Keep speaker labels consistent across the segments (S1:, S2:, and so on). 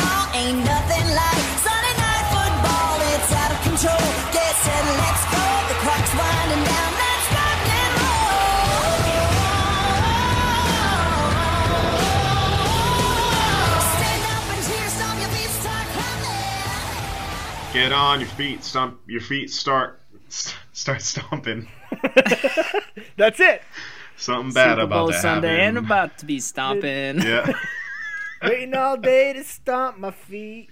S1: all, ain't nothing like Sunday night football. It's out of control. Get set, let's go. The clock's winding down. Let's rock and roll. Stand up and cheer, stomp your feet, start climbing.
S2: Get on your feet. Stomp your feet. Start st- start stomping.
S3: That's it.
S2: Something bad
S4: Super
S2: about
S4: Bowl
S2: to
S4: Sunday,
S2: happen.
S4: and about to be stomping.
S2: yeah.
S3: Waiting all day to stomp my feet.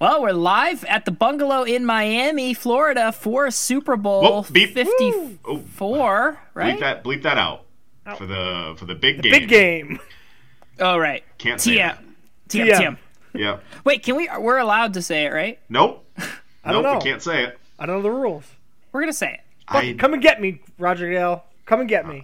S4: Well, we're live at the Bungalow in Miami, Florida, for Super Bowl
S2: Whoa, beep.
S4: fifty-four.
S2: Oh, bleep
S4: Right?
S2: that bleep that out for the for the big game.
S3: Oh. Big game.
S4: Oh, right.
S2: Can't say
S4: TM.
S2: that.
S4: TM.
S3: TM.
S4: TM.
S2: Yeah.
S4: Wait, can we? We're allowed to say it, right?
S2: Nope.
S3: don't
S2: nope.
S3: know.
S2: We can't say it.
S3: I don't know the rules.
S4: We're gonna say it.
S2: I
S3: Come and get me, Roger Gale. Come and get me.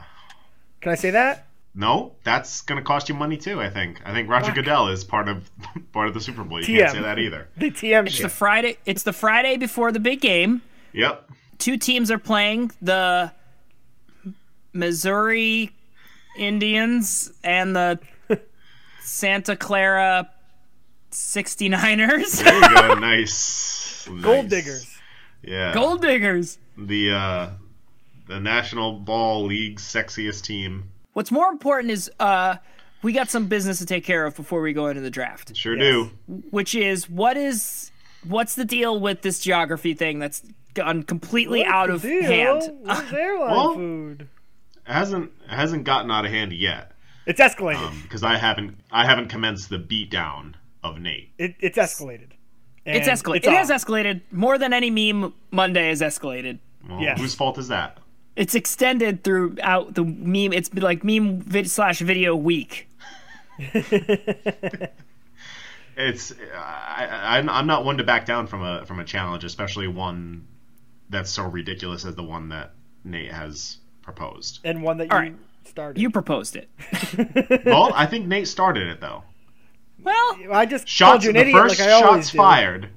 S3: Can I say that?
S2: no. That's gonna cost you money too. I think. I think Roger Goodell is part of part of the Super Bowl. You
S3: TM.
S2: can't say that either.
S3: The TM
S4: It's the
S3: shit.
S4: Friday. It's the Friday before the big game.
S2: Yep.
S4: Two teams are playing: the Missouri Indians and the Santa Clara 69ers.
S2: There you go. nice. Nice.
S3: Gold diggers.
S2: Yeah.
S4: Gold diggers.
S2: the uh, the National Ball League's sexiest team.
S4: What's more important is uh, we got some business to take care of before we go into the draft,
S2: Sure
S3: Yes.
S2: do.
S4: which is what is what's the deal with this geography thing that's gone completely out of
S3: Deal.
S4: hand? Uh,
S3: Where's airline
S2: Well-
S3: food?
S2: It hasn't it hasn't gotten out of hand yet
S3: It's escalated.
S2: because I haven't I haven't commenced the beatdown of Nate.
S3: it, it's escalated. And
S4: It's escalated.
S3: It's
S4: it
S3: on.
S4: has escalated more than any meme Monday has escalated.
S2: Well,
S3: Yes.
S2: Whose fault is that?
S4: It's extended throughout the meme. It's been like meme vid slash video week.
S2: It's I, I, I'm- I'm not one to back down from a from a challenge, especially one that's so ridiculous as the one that Nate has proposed.
S3: And one that you
S4: All right.
S3: started.
S4: You proposed it.
S2: well, I think Nate started it though.
S4: Well,
S3: I just called
S2: Shots
S3: you an
S2: the
S3: idiot
S2: first
S3: like I always
S2: shots
S3: do.
S2: fired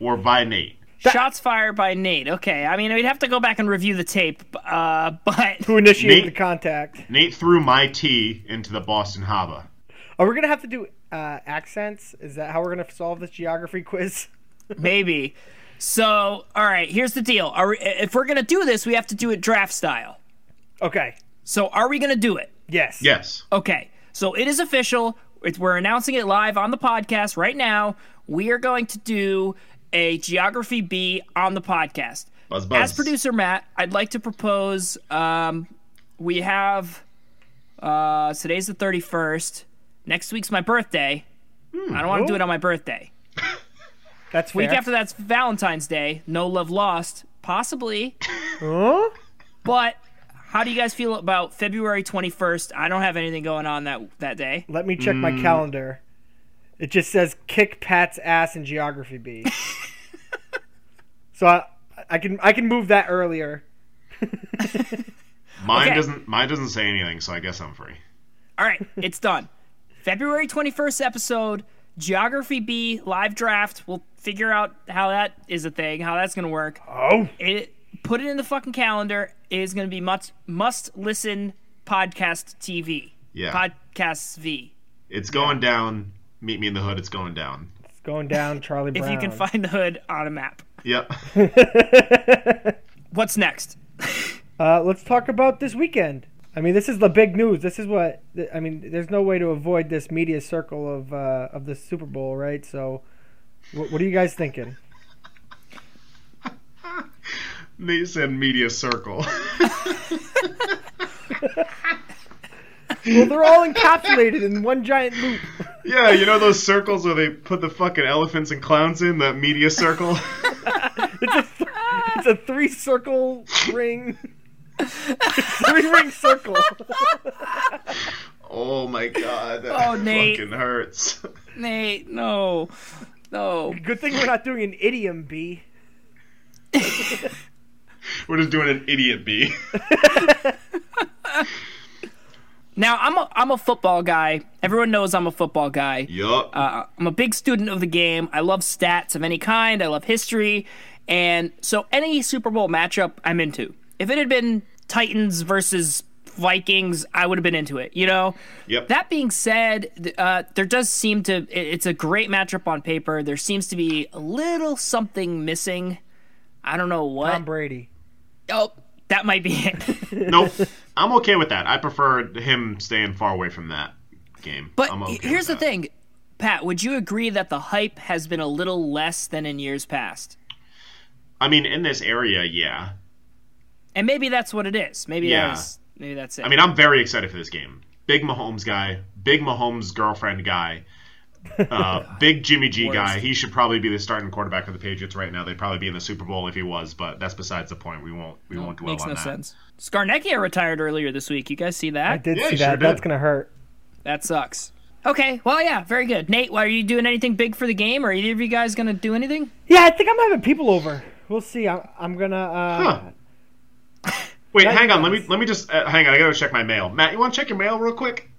S2: were by Nate.
S4: shots fired by Nate. Okay, I mean we'd have to go back and review the tape, uh, but
S3: Who initiated
S2: Me?
S3: the contact?
S2: Nate threw my tea into the Boston harbor.
S3: Are we gonna have to do uh, accents? Is that how we're gonna solve this geography quiz?
S4: Maybe. So, all right, here's the deal. Are we, if we're going to do this, we have to do it draft style.
S3: Okay.
S4: So, are we going to do it?
S3: Yes.
S2: Yes.
S4: Okay. So, it is official. It's, we're announcing it live on the podcast right now. We are going to do a Geography B on the podcast.
S2: Buzz, buzz.
S4: As producer Matt, I'd like to propose um, we have uh, today's the 31st. Next week's my birthday.
S2: Hmm,
S4: I don't want to do it on my birthday.
S3: That's fair.
S4: Week after that's Valentine's Day. No love lost, possibly.
S3: Huh?
S4: But how do you guys feel about February 21st? I don't have anything going on that that day.
S3: Let me check
S4: Hmm.
S3: my calendar. It just says kick Pat's ass in geography B. so I, I can I can move that earlier.
S2: Mine
S4: Okay.
S2: doesn't mine doesn't say anything, so I guess I'm free.
S4: All right, it's done. February 21st episode, Geography B live draft. We'll figure out how that is a thing, how that's going to work.
S3: Oh.
S4: It put it in the fucking calendar. It is going to be must must listen podcast TV.
S2: Yeah.
S4: Podcasts V.
S2: It's going down. Meet me in the hood, it's going down.
S3: It's going down, Charlie
S4: If
S3: Brown.
S4: you can find the hood on a map.
S2: Yep.
S4: What's next?
S3: Uh, let's talk about this weekend. I mean, this is the big news. This is what I mean. There's no way to avoid this media circle of uh, of the Super Bowl, right? So, what, what are you guys thinking?
S2: Nate said media circle.
S3: Well, they're all encapsulated in one giant loop.
S2: yeah, you know those circles where they put the fucking elephants and clowns in, that media circle?
S3: It's a three circle ring, three ring circle.
S2: oh my god, that
S4: Oh, Nate.
S2: fucking hurts.
S4: Nate, no. No.
S3: Good thing we're not doing an idiom B.
S2: We're just doing an idiot bee.
S4: Now I'm a I'm a football guy. Everyone knows I'm a football guy.
S2: Yup.
S4: Uh, I'm a big student of the game. I love stats of any kind. I love history, and so any Super Bowl matchup I'm into. If it had been Titans versus Vikings, I would have been into it. You know.
S2: Yep.
S4: That being said, th- uh, there does seem to it- it's a great matchup on paper. There seems to be a little something missing. I don't know what.
S3: Tom Brady.
S4: Oh, that might be it.
S2: nope. I'm okay with that. I prefer him staying far away from that game.
S4: But
S2: I'm okay
S4: here's the
S2: with that.
S4: thing, Pat. Would you agree that the hype has been a little less than in years past?
S2: I mean, in this area, yeah.
S4: And maybe that's what it is. Maybe
S2: Yeah.
S4: that is, maybe that's it.
S2: I mean, I'm very excited for this game. Big Mahomes guy, big Mahomes girlfriend guy, uh, big Jimmy G
S4: Worst.
S2: guy. He should probably be the starting quarterback of the Patriots right now. They'd probably be in the Super Bowl if he was, but that's besides the point. We won't we won't dwell
S4: makes
S2: on
S4: no
S2: that.
S4: sense. Scarnecchia retired earlier this week. You guys see that?
S3: I did
S2: Yeah,
S3: see
S2: he sure
S3: that. That's
S2: did.
S3: gonna hurt.
S4: That sucks. Okay, well, yeah, very good. Nate, why are you doing anything big for the game? Are either of you guys gonna do anything?
S3: Yeah, I think I'm having people over. We'll see. I'm, I'm gonna. Uh,
S2: Huh. Wait, hang on. Let me let me just uh, hang on. I gotta check my mail. Matt, you want to check your mail real quick?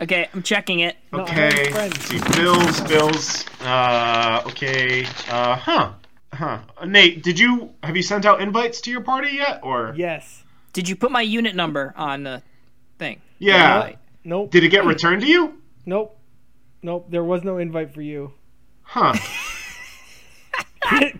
S4: Okay, I'm checking it.
S2: Okay.
S3: having friends.
S2: Let's see, bills, bills. Uh, okay. Uh, huh. Huh. Nate, did you have you sent out invites to your party yet? Or
S3: Yes.
S4: Did you put my unit number on the thing?
S2: Yeah.
S4: Right.
S3: Nope.
S2: Did it get returned to you?
S3: nope. Nope. There was no invite for you.
S2: Huh.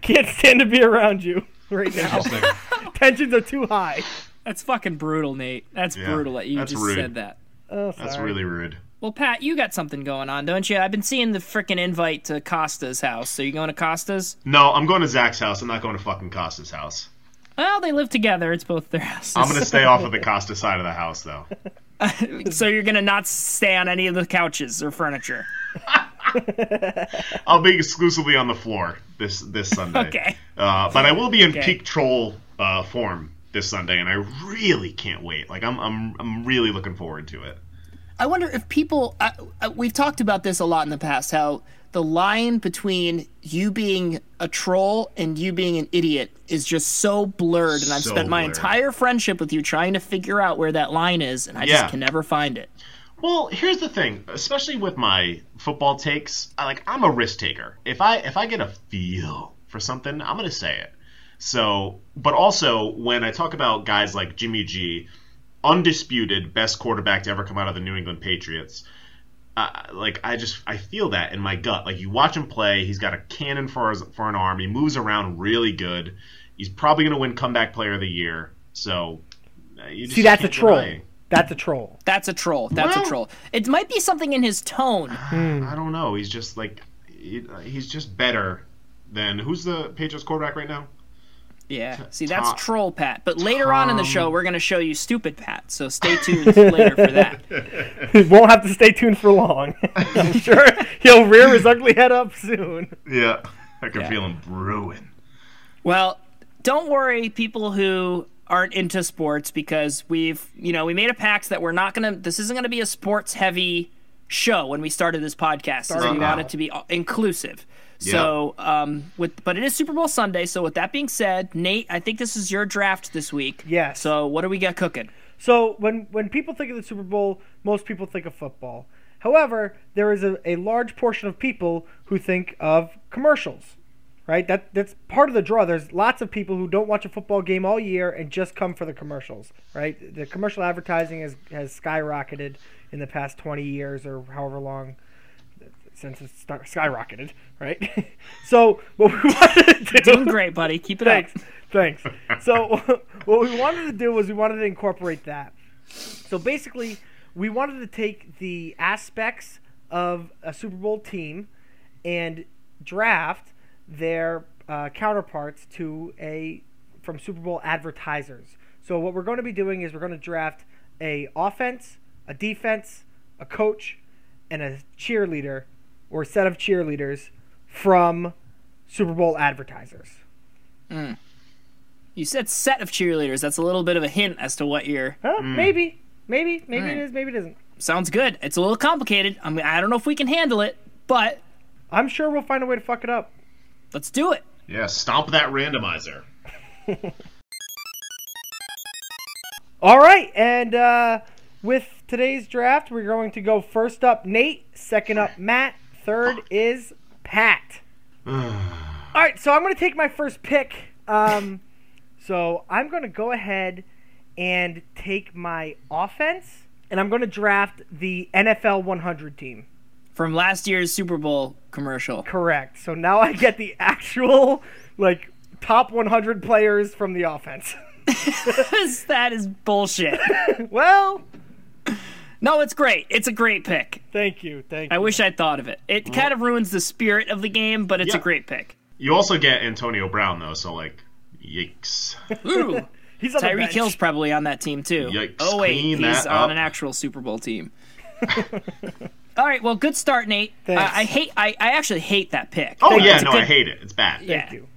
S3: Can't stand to be around you right now.
S2: Interesting.
S3: Tensions are too high.
S4: That's fucking brutal, Nate. That's
S2: Yeah,
S4: brutal. that You
S2: that's
S4: just
S2: rude.
S4: said that.
S3: Oh,
S2: That's
S3: sorry.
S2: really rude.
S4: Well, Pat, you got something going on, don't you? I've been seeing the frickin' invite to Costa's house. So you going to Costa's?
S2: No, I'm going to Zach's house. I'm not going to fucking Costa's house.
S4: Well, they live together. It's both their houses.
S2: I'm gonna stay off of the Costa side of the house, though.
S4: so you're gonna not stay on any of the couches or furniture.
S2: I'll be exclusively on the floor this this Sunday.
S4: Okay.
S2: Uh, but I will be in
S4: Okay.
S2: peak troll uh, form this Sunday, and I really can't wait. Like I'm I'm I'm really looking forward to it.
S4: I wonder if people. I, I, we've talked about this a lot in the past. How the line between you being a troll and you being an idiot is just so blurred, and I've
S2: So
S4: spent my
S2: blurred.
S4: entire friendship with you trying to figure out where that line is, and I
S2: Yeah.
S4: just can never find it.
S2: Well, here's the thing, especially with my football takes, I like I'm a risk taker. If I if I get a feel for something, I'm gonna say it. So, but also when I talk about guys like Jimmy G, undisputed best quarterback to ever come out of the New England Patriots, uh, like I just I feel that in my gut. Like you watch him play, he's got a cannon for his for an arm. He moves around really good. He's probably gonna win comeback player of the year. So, uh, you just
S3: See, that's a
S2: can't
S3: troll.
S2: deny.
S3: That's a troll.
S4: That's a troll. That's
S2: Well-
S4: a troll. It might be something in his tone.
S2: I don't know. He's just like he- uh, he's just better than who's the Patriots quarterback right now?
S4: Yeah. See, that's
S2: Tom-
S4: troll Pat. But later on in the show, we're going to show you stupid Pat. So stay tuned later for that.
S3: Won't have to stay tuned for long. I'm sure he'll rear his ugly head up soon.
S2: Yeah, I can feel him brewing.
S4: Well, don't worry, people who aren't into sports, because we've, you know, we made a pact that we're not going to, this isn't going to be a sports heavy show when we started this podcast. is we
S2: Starting
S4: want
S2: now.
S4: it to be uh, inclusive. So, um, with but it is Super Bowl Sunday. So, with that being said, Nate, I think this is your draft this week.
S3: Yes.
S4: So, what do we got cooking?
S3: So when when people think of the Super Bowl, most people think of football. However, there is a, a large portion of people who think of commercials. Right? That that's part of the draw. There's lots of people who don't watch a football game all year and just come for the commercials. Right? The commercial advertising has, has skyrocketed in the past twenty years or however long since it start, skyrocketed, right? so what we wanted to do
S4: Doing great, buddy. Keep it up.
S3: thanks thanks so what we wanted to do was we wanted to incorporate that so basically we wanted to take the aspects of a super bowl team and draft their uh, counterparts to a from super bowl advertisers so what we're going to be doing is we're going to draft a offense a defense a coach and a cheerleader or set of cheerleaders from super bowl advertisers
S4: You said set of cheerleaders. That's a little bit of a hint as to what you're.
S3: Huh? Maybe. Maybe. Maybe
S4: Alright.
S3: it is. Maybe it isn't.
S4: Sounds good. It's a little complicated. I mean, I don't know if we can handle it, but
S3: I'm sure we'll find a way to fuck it up.
S4: let's do it.
S2: Yeah, stomp that randomizer.
S3: All right. And uh, with today's draft. We're going to go first up Nate, second up Matt, third is Pat. All right, so I'm going to take my first pick. Um, so I'm going to go ahead and take my offense, and I'm going to draft the NFL 100 team.
S4: From last year's Super Bowl commercial.
S3: Correct. So now I get the actual like top 100 players from the offense.
S4: that is bullshit.
S3: well,
S4: No, it's great. It's a great pick.
S3: thank you, thank
S4: I
S3: you.
S4: wish I thought of it. It kind of ruins the spirit of the game, but it's a
S2: Yeah.
S4: great pick.
S2: You also get Antonio Brown though, so like, yikes.
S4: Ooh.
S3: He's on the
S4: Tyreek
S3: bench.
S4: Hill's probably on that team too.
S2: Yikes,
S4: oh wait,
S2: clean
S4: he's
S2: that
S4: on
S2: up.
S4: an actual Super Bowl team. All right, well, good start, Nate. Uh,
S3: Thanks.
S4: I hate. I, I actually hate that pick.
S2: Oh yeah,
S4: It's a
S2: no,
S4: good-
S2: I hate it. It's bad.
S4: Yeah,
S3: Thank you.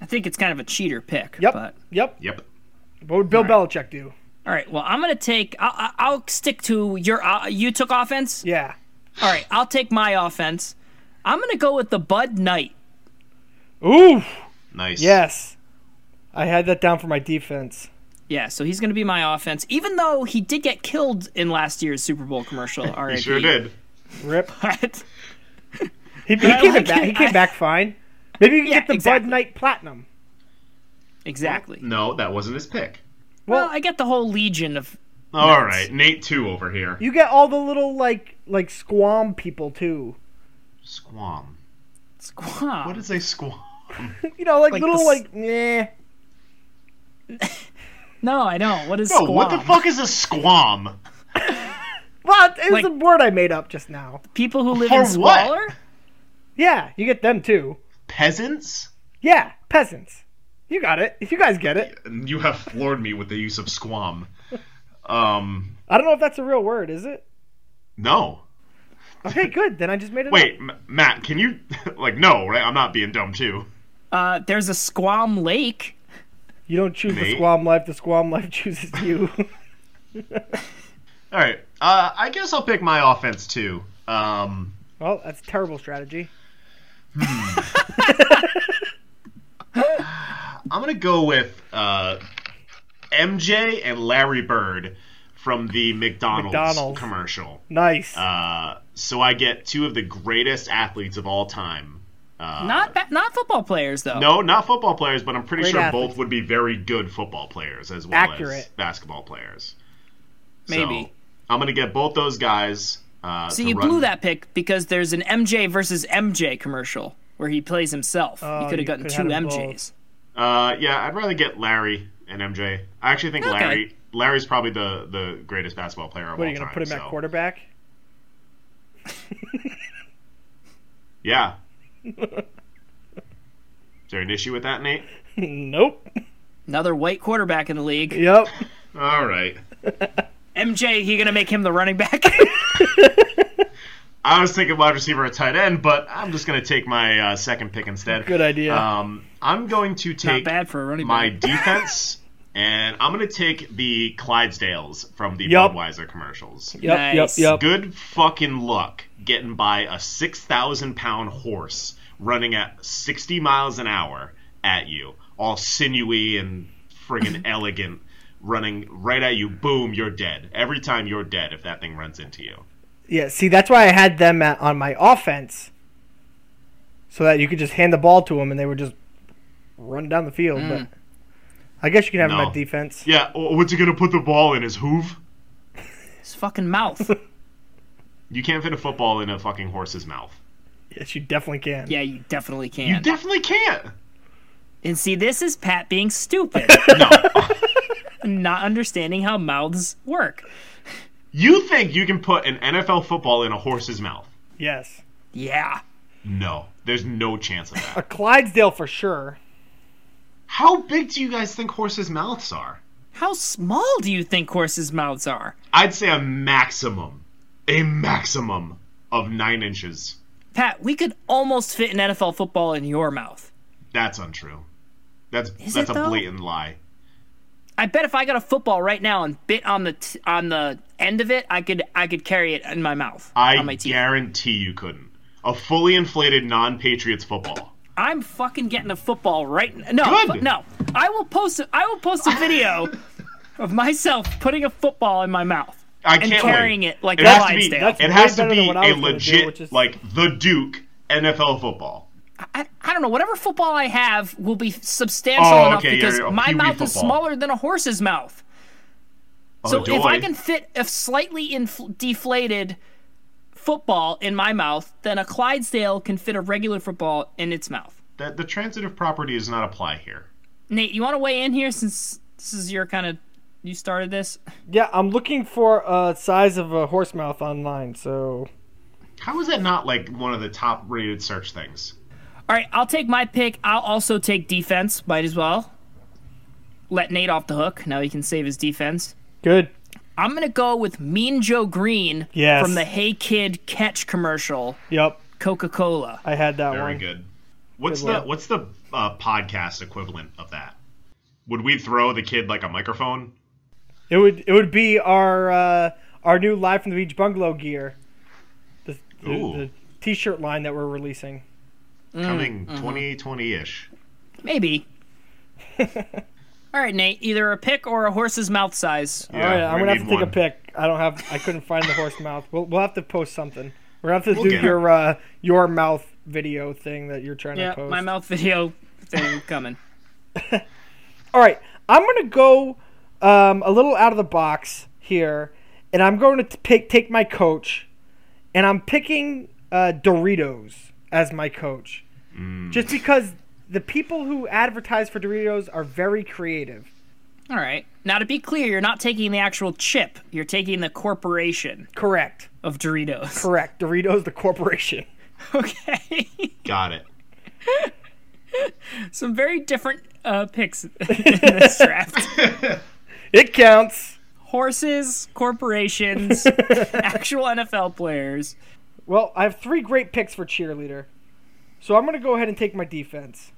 S4: I think it's kind of a cheater pick.
S3: Yep.
S4: But
S3: Yep.
S2: Yep.
S3: What would Bill Belichick do?
S4: all right, well, I'm gonna take. I'll, I'll I'll stick to your. Uh, you took offense.
S3: Yeah.
S4: All right, I'll take my offense. I'm gonna go with the Bud Knight.
S3: Ooh.
S2: Nice.
S3: Yes. I had that down for my defense.
S4: Yeah, so he's going to be my offense, even though he did get killed in last year's Super Bowl commercial.
S2: He
S4: RIP.
S2: sure did.
S3: Rip.
S4: But
S3: He, he came,
S4: like
S3: back,
S4: it.
S3: he came back fine. Maybe you can
S4: Yeah,
S3: get the
S4: exactly.
S3: Bud Knight Platinum.
S4: exactly.
S2: No, that wasn't his pick.
S4: Well, I get the whole legion of
S2: All right, Nate two over here.
S3: You get all the little like like squam people too.
S2: Squam.
S4: squad.
S2: What is a squam?
S3: You know, like,
S4: Like
S3: little
S4: the s-
S3: like nah.
S4: no, I know. What is
S2: No, Oh, what the
S4: squam?
S2: fuck is a squam?
S3: Well, it was
S4: Like-
S3: a word I made up just now.
S4: People who live
S2: For
S4: in
S2: what?
S4: squalor?
S3: Yeah, you get them too.
S2: Peasants?
S3: Yeah, peasants. You got it. If you guys get it.
S2: You have floored me with the use of squam. Um,
S3: I don't know if that's a real word, is it?
S2: no.
S3: Okay, good. Then I just made it.
S2: Wait,
S3: up.
S2: M- Matt, can you like no, right? I'm not being dumb too.
S4: Uh, there's a squam lake.
S3: you don't choose the
S2: Nate?
S3: squam life. The squam life chooses you.
S2: All right. Uh, I guess I'll pick my offense too. Um,
S3: well, that's a terrible strategy.
S2: I'm gonna go with uh, MJ and Larry Bird from the McDonald's,
S3: McDonald's.
S2: commercial.
S3: Nice.
S2: Uh, so I get two of the greatest athletes of all time. Uh,
S4: Not ba- not football players though.
S2: no, not football players, but I'm pretty
S3: Great
S2: sure
S3: athletes.
S2: both would be very good football players as well as
S3: Accurate.
S2: basketball players.
S4: Maybe.
S2: So, I'm gonna get both those guys. Uh,
S4: So
S2: to
S4: you
S2: run-
S4: blew that pick because there's an MJ versus MJ commercial where he plays himself. you could
S3: Oh, you
S4: have gotten
S3: could've
S4: two
S3: had 'em both.
S4: MJs.
S2: Uh, yeah, I'd rather get Larry and MJ. I actually think
S4: Okay.
S2: Larry Larry's probably the, the greatest basketball player of
S3: what are
S2: all
S3: you gonna
S2: time,
S3: put him
S2: so-
S3: at quarterback?
S2: Yeah. Is there an issue with that, Nate?
S3: nope.
S4: Another white quarterback in the league.
S3: Yep.
S2: All right.
S4: MJ, you gonna make him the running back?
S2: I was thinking wide receiver or tight end, but I'm just going to take my uh, second pick instead.
S3: Good idea.
S2: Um, I'm going to
S4: Not
S2: take
S4: bad for a running
S2: my
S4: back.
S2: defense, and I'm going to take the Clydesdales from the
S3: Yup.
S2: Budweiser commercials.
S3: Yep.
S4: Nice.
S3: Yep. Yep.
S2: Good fucking luck getting by a 6,000 pound horse running at 60 miles an hour at you, all sinewy and friggin' elegant, running right at you. Boom, you're dead. Every time you're dead if that thing runs into you.
S3: Yeah. See, that's why I had them at, on my offense, so that you could just hand the ball to them and they would just run down the field.
S4: Mm.
S3: But I guess you can have them
S2: No.
S3: at defense.
S2: Yeah, oh, what's he gonna put the ball in his hoof?
S4: His fucking mouth.
S2: You can't fit a football in a fucking horse's mouth.
S3: Yes, you definitely can.
S4: Yeah, you definitely can.
S2: You definitely can't.
S4: and see, this is Pat being stupid,
S2: No.
S4: not understanding how mouths work.
S2: you think you can put an NFL football in a horse's mouth?
S3: Yes.
S4: Yeah.
S2: No. There's no chance of that.
S3: A Clydesdale for sure.
S2: How big do you guys think horses' mouths are?
S4: How small do you think horses' mouths are?
S2: I'd say a maximum, a maximum of nine inches.
S4: Pat, we could almost fit an NFL football in your mouth.
S2: That's untrue. That's
S4: Is
S2: that's
S4: it,
S2: a
S4: though?
S2: blatant lie.
S4: I bet if I got a football right now and bit on the t- on the end of it, I could I could carry it in my mouth
S2: I
S4: on my teeth.
S2: guarantee you couldn't. A fully inflated non-Patriots football.
S4: I'm fucking getting a football right. n- No,
S2: Good.
S4: fu- no. I will post. A, I will post a video of myself putting a football in my mouth.
S2: I
S4: and
S2: can't
S4: carrying
S2: wait.
S4: it like
S2: it
S4: the
S2: has to be,
S4: Clydesdale.
S3: That's
S2: it has
S3: way
S2: to
S3: better than
S2: be
S3: what I
S2: a
S3: was gonna do,
S2: legit
S3: which is-
S2: like the Duke NFL football.
S4: I, I don't know. Whatever football I have will be substantial
S2: Oh,
S4: enough
S2: okay, yeah,
S4: because
S2: yeah,
S4: my
S2: pee-wee
S4: mouth is
S2: football.
S4: smaller than a horse's mouth.
S2: Oh,
S4: So if I
S2: doy.
S4: can fit a slightly infl- deflated football in my mouth, then a Clydesdale can fit a regular football in its mouth.
S2: the, the transitive property does not apply here.
S4: Nate, you want to weigh in here since this is your kind of you started this?
S3: Yeah, I'm looking for a size of a horse mouth online. So
S2: How is that not like one of the top rated search things?
S4: All right, I'll take my pick. I'll also take defense. Might as well let Nate off the hook. Now he can save his defense.
S3: good.
S4: I'm gonna go with Mean Joe Green
S3: Yes.
S4: from the Hey Kid Catch commercial,
S3: Yep,
S4: Coca Cola.
S3: I had that
S2: Very
S3: one.
S2: good. What's
S3: Good
S2: the
S3: one.
S2: what's the uh, podcast equivalent of that? Would we throw the kid like a microphone?
S3: It would it would be our uh, our new live from the beach bungalow gear, the, the,
S2: Ooh.
S3: the t-shirt line that we're releasing. Mm,
S2: Coming
S3: mm-hmm.
S2: 2020 ish.
S4: Maybe. All right, Nate. Either a pick or a horse's mouth size.
S3: All right, I'm gonna have to take
S2: one.
S3: a pick. I don't have I couldn't find the horse mouth. We'll, we'll have to post something. We're gonna have to
S2: We'll
S3: do
S2: get
S3: your uh, your mouth video thing that you're trying
S4: Yeah,
S3: to post.
S4: my mouth video thing coming.
S3: All right, I'm gonna go um, a little out of the box here, and I'm going to t- pick take my coach, and I'm picking uh, Doritos as my coach, just because the people who advertise for Doritos are very creative.
S4: All right. Now, to be clear, you're not taking the actual chip. You're taking the corporation
S3: Correct,
S4: of Doritos.
S3: correct. Doritos, the corporation.
S4: Okay.
S2: Got it.
S4: Some very different uh, picks in this draft.
S3: It counts.
S4: Horses, corporations, actual NFL players.
S3: Well, I have three great picks for cheerleader. So I'm going to go ahead and take my defense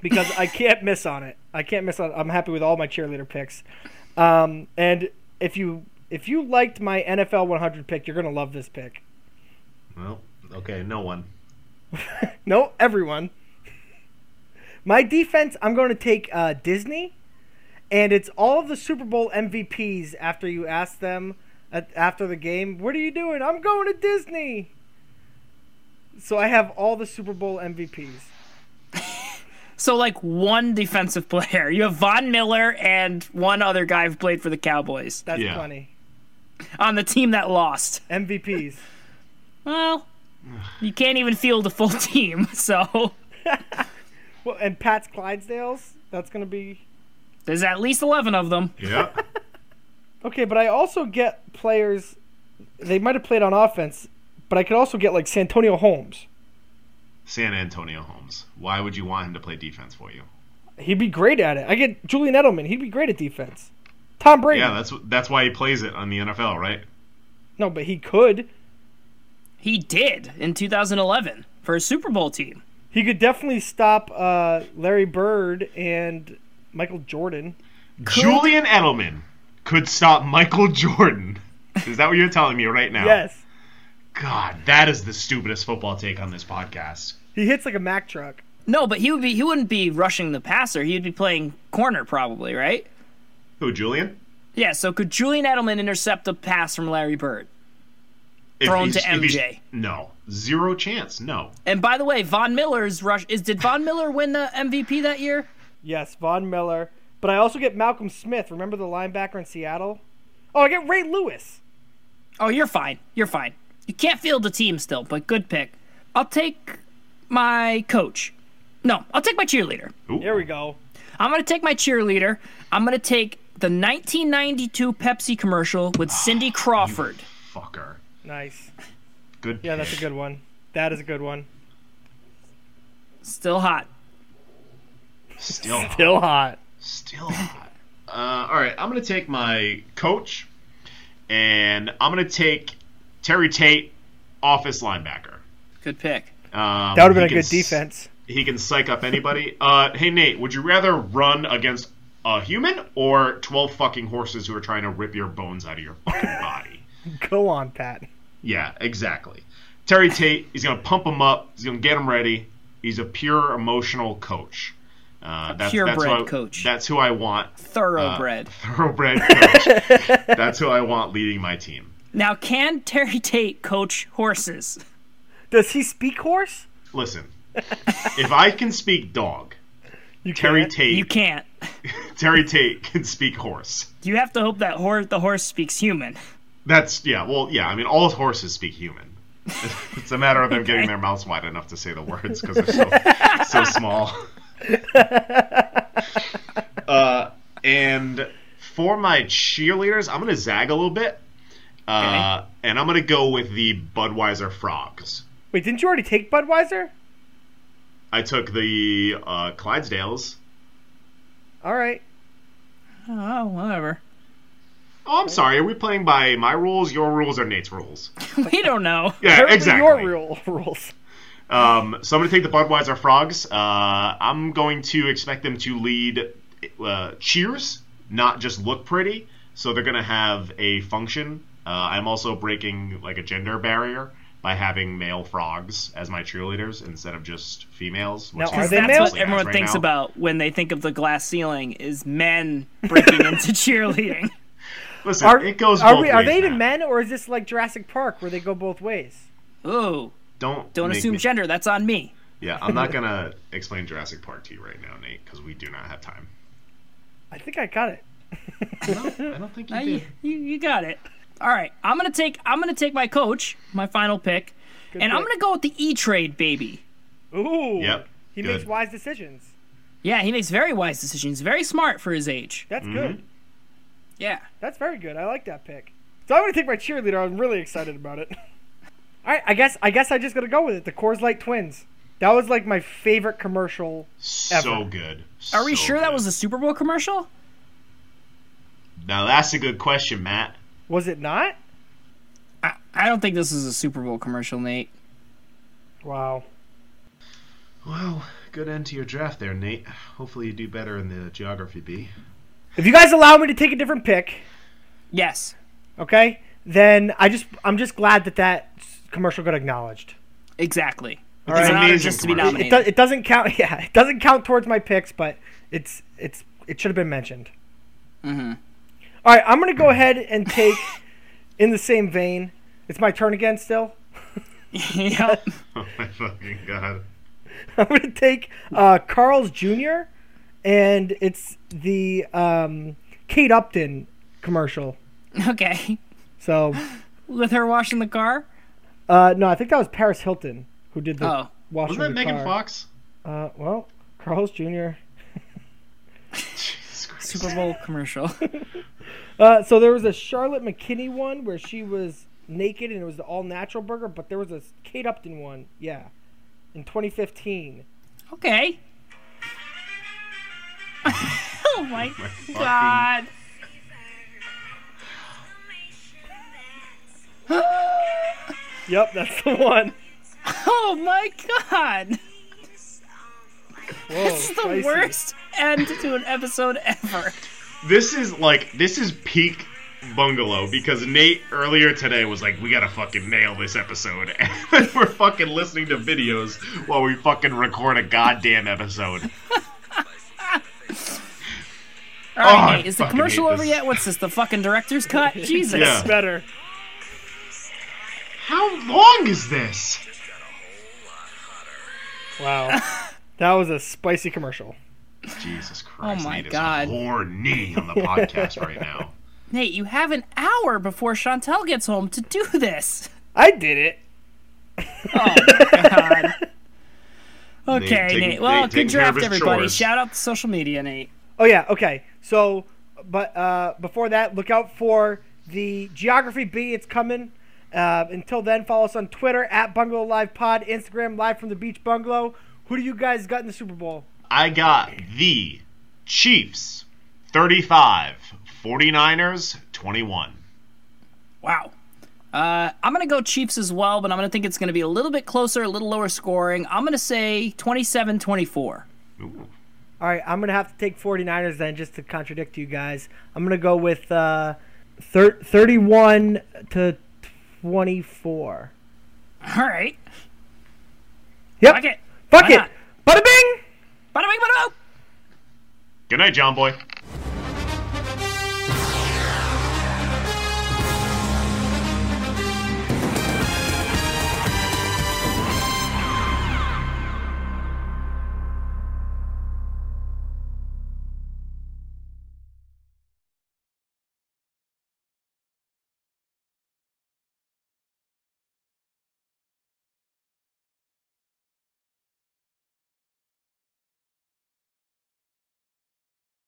S3: because I can't miss on it. I can't miss on I'm happy with all my cheerleader picks. Um, and if you if you liked my NFL 100 pick, you're going to love this pick.
S2: Well, okay, no one.
S3: No, everyone. My defense, I'm going to take uh, Disney, and it's all of the Super Bowl MVPs. After you ask them at, after the game, what are you doing? I'm going to Disney. So I have all the Super Bowl MVPs.
S4: So, like one defensive player. You have Von Miller and one other guy who played for the Cowboys
S3: That's
S2: Yeah.
S3: funny.
S4: on the team that lost.
S3: MVPs.
S4: Well, you can't even field a full team, so
S3: well, and Pat's Clydesdales. That's going to be
S4: there's at least 11 of them.
S2: Yeah.
S3: okay. But I also get players. They might have played on offense, but I could also get like Santonio Holmes.
S2: San Antonio Holmes. Why would you want him to play defense for you?
S3: He'd be great at it. I get Julian Edelman. He'd be great at defense. Tom Brady.
S2: Yeah, that's that's why he plays it on the NFL, right?
S3: no, but he could.
S4: He did in 2011 for a Super Bowl team.
S3: He could definitely stop uh, Larry Bird and Michael Jordan.
S2: Julian Edelman could stop Michael Jordan. Is that what you're telling me right now?
S3: Yes.
S2: God, that is the stupidest football take on this podcast.
S3: He hits like a Mack truck.
S4: No, but he would be he wouldn't be rushing the passer. He'd be playing corner probably, right?
S2: Who, Julian?
S4: Yeah, so could Julian Edelman intercept a pass from Larry Bird?
S2: If
S4: Thrown to
S2: he's- if he's-
S4: MJ.
S2: No. Zero chance. No.
S4: And by the way, Von Miller's rush is did Von Miller win the MVP that year?
S3: Yes, Von Miller. But I also get Malcolm Smith. Remember the linebacker in Seattle? Oh, I get Ray Lewis.
S4: Oh, you're fine. You're fine. You can't field a team still, but good pick. I'll take my coach. No, I'll take my cheerleader.
S2: Ooh.
S3: There we go.
S4: I'm gonna take my cheerleader. I'm gonna take the 1992 Pepsi commercial with Cindy Crawford.
S2: Fucker.
S3: Nice.
S2: Good.
S3: Yeah, that's a good one. That is a good one.
S4: Still hot.
S2: Still, hot.
S3: Still hot.
S2: still hot. Uh, all right, I'm gonna take my coach, and I'm gonna take Terry Tate, office linebacker.
S4: Good pick.
S2: Um,
S3: That would have
S2: he
S3: been
S2: can
S3: a
S2: s-
S3: good defense.
S2: He can psych up anybody. Uh, hey Nate, would you rather run against a human or twelve fucking horses who are trying to rip your bones out of your fucking body?
S3: Go on, Pat.
S2: Yeah, exactly. Terry Tate, he's going to pump him up. He's going to get him ready. He's a pure emotional coach. Uh, that's,
S4: purebred
S2: that's who I-
S4: coach.
S2: That's who I want.
S4: Thoroughbred.
S2: Thoroughbred coach. that's who I want leading my team.
S4: now, can Terry Tate coach horses?
S3: Does he speak horse?
S2: Listen, if I can speak dog,
S3: You
S2: Terry
S3: can't.
S2: Tate,
S4: You can't.
S2: Terry Tate can speak horse.
S4: You have to hope that hor- the horse speaks human.
S2: That's yeah. Well, yeah. I mean, all horses speak human. It's a matter of them getting their mouths wide enough to say the words because they're so so small. uh, and for my cheerleaders, I'm gonna zag a little bit, uh, and I'm gonna go with the Budweiser frogs.
S3: Wait, didn't you already take Budweiser?
S2: I took the uh, Clydesdales.
S3: All right.
S4: Oh, whatever.
S2: Oh, I'm sorry. Are we playing by my rules, your rules, or Nate's rules?
S4: We don't know.
S2: Yeah,
S3: Apparently
S2: exactly.
S3: Your real rules.
S2: Um, so I'm going to take the Budweiser Frogs. Uh, I'm going to expect them to lead uh, cheers, not just look pretty. So they're going to have a function. Uh, I'm also breaking like a gender barrier by having male frogs as my cheerleaders instead of just females. which
S3: Now, are
S2: is
S3: they
S4: That's
S3: male?
S2: mostly
S4: what everyone
S2: ads right
S4: thinks
S2: now.
S4: about when they think of the glass ceiling is men breaking into cheerleading.
S2: Listen,
S3: Are,
S2: it goes.
S3: are
S2: both
S3: we? Are
S2: ways,
S3: they even
S2: Matt.
S3: men, or is this like Jurassic Park where they go both ways?
S4: Ooh,
S2: Don't
S4: don't
S2: make
S4: assume
S2: me-
S4: gender. That's on me.
S2: Yeah, I'm not gonna explain Jurassic Park to you right now, Nate, because we do not have time.
S3: I think I got it.
S2: I don't think you
S4: Uh,
S2: did.
S4: you, you, you got it. All right, I'm gonna take I'm gonna take my coach, my final pick, and I'm
S3: pick.
S4: gonna go with the E Trade baby.
S3: Ooh.
S2: Yep.
S3: He
S2: good.
S3: makes wise decisions.
S4: Yeah, he makes very wise decisions, very smart for his age.
S3: That's
S2: Mm-hmm.
S3: good.
S4: Yeah,
S3: That's very good. I like that pick. So I'm gonna take my cheerleader. I'm really excited about it. All right. I guess. I guess I just gotta go with it. The Coors Light Twins. That was like my favorite commercial.
S2: So
S3: Ever.
S2: good.
S4: are we
S2: So
S4: sure that
S2: good.
S4: was a Super Bowl commercial?
S2: Now that's a good question, Matt.
S3: Was it not?
S4: I, I don't think this is a Super Bowl commercial, Nate.
S3: Wow.
S2: Well, good end to your draft there, Nate. Hopefully you do better in the geography bee.
S3: If you guys allow me to take a different pick,
S4: Yes,
S3: okay, then I just I'm just glad that that s- commercial got acknowledged.
S4: exactly.
S2: All
S4: It's
S2: right.
S4: an honor
S2: Amazing
S4: just to be
S2: commercial.
S3: It,
S4: nominated.
S3: do, it doesn't count. Yeah, it doesn't count towards my picks, but it's it's it should have been mentioned. Mm-hmm. right, I'm gonna go ahead and take, in the same vein, it's my turn again. Still,
S4: yep.
S2: Oh my fucking god.
S3: I'm gonna take uh, Carl's Jr. and it's the um, Kate Upton commercial.
S4: Okay.
S3: So,
S4: With her washing the car?
S3: uh, no, I think that was Paris Hilton who did the.
S4: Oh.
S3: washing
S2: Wasn't that
S3: the
S2: Megan
S3: car.
S2: Fox?
S3: Uh, well, Carl's Jr.
S2: Jesus Christ.
S4: Super Bowl commercial.
S3: Uh, so there was a Charlotte McKinney one where she was naked and it was the all natural burger, but there was a Kate Upton one, yeah, in 2015.
S4: Okay. oh my
S2: My fucking-
S4: god.
S3: Yep, that's the one.
S4: Oh my god.
S3: Whoa,
S4: This is the worst end to an episode ever.
S2: This is like this is peak bungalow because Nate earlier today was like, We gotta fucking nail this episode and we're fucking listening to videos while we fucking record a goddamn episode.
S4: All right,
S2: Oh, I
S4: Nate, is the
S2: fucking
S4: commercial
S2: hate
S4: over
S2: this.
S4: yet? What's this? The fucking director's cut? Jesus.
S2: Yeah.
S3: Better.
S2: How long is this?
S3: Wow, that was a spicy commercial.
S2: Jesus Christ.
S4: Oh my
S2: Nate is
S4: God.
S2: horny on the podcast right now.
S4: Nate, you have an hour before Chantel gets home to do this.
S3: I did it.
S4: Oh my god. Okay,
S2: taking-
S4: Nate. Well, good
S2: Nate taking care of
S4: draft,
S2: his
S4: everybody.
S2: chores.
S4: Shout out to social media, Nate.
S3: Oh yeah, okay. So, but uh, before that, look out for the Geography B. It's coming. Uh, until then, follow us on Twitter at Bungalow Live Pod, Instagram Live from the Beach Bungalow. Who do you guys got in the Super Bowl?
S2: I got the Chiefs 35, 49ers 21.
S4: Wow. Uh, I'm going to go Chiefs as well, but I'm going to think it's going to be a little bit closer, a little lower scoring. I'm going to say 27 24.
S2: Ooh.
S3: All right, I'm going to have to take 49ers then just to contradict you guys. I'm going to go with uh, thir- 31 to 24.
S4: All right.
S3: Yep.
S4: Fuck it.
S3: Fuck
S4: Why
S3: it.
S4: not?
S3: Bada bing!
S4: Bada bing, bada boop.
S2: Good night, John Boy.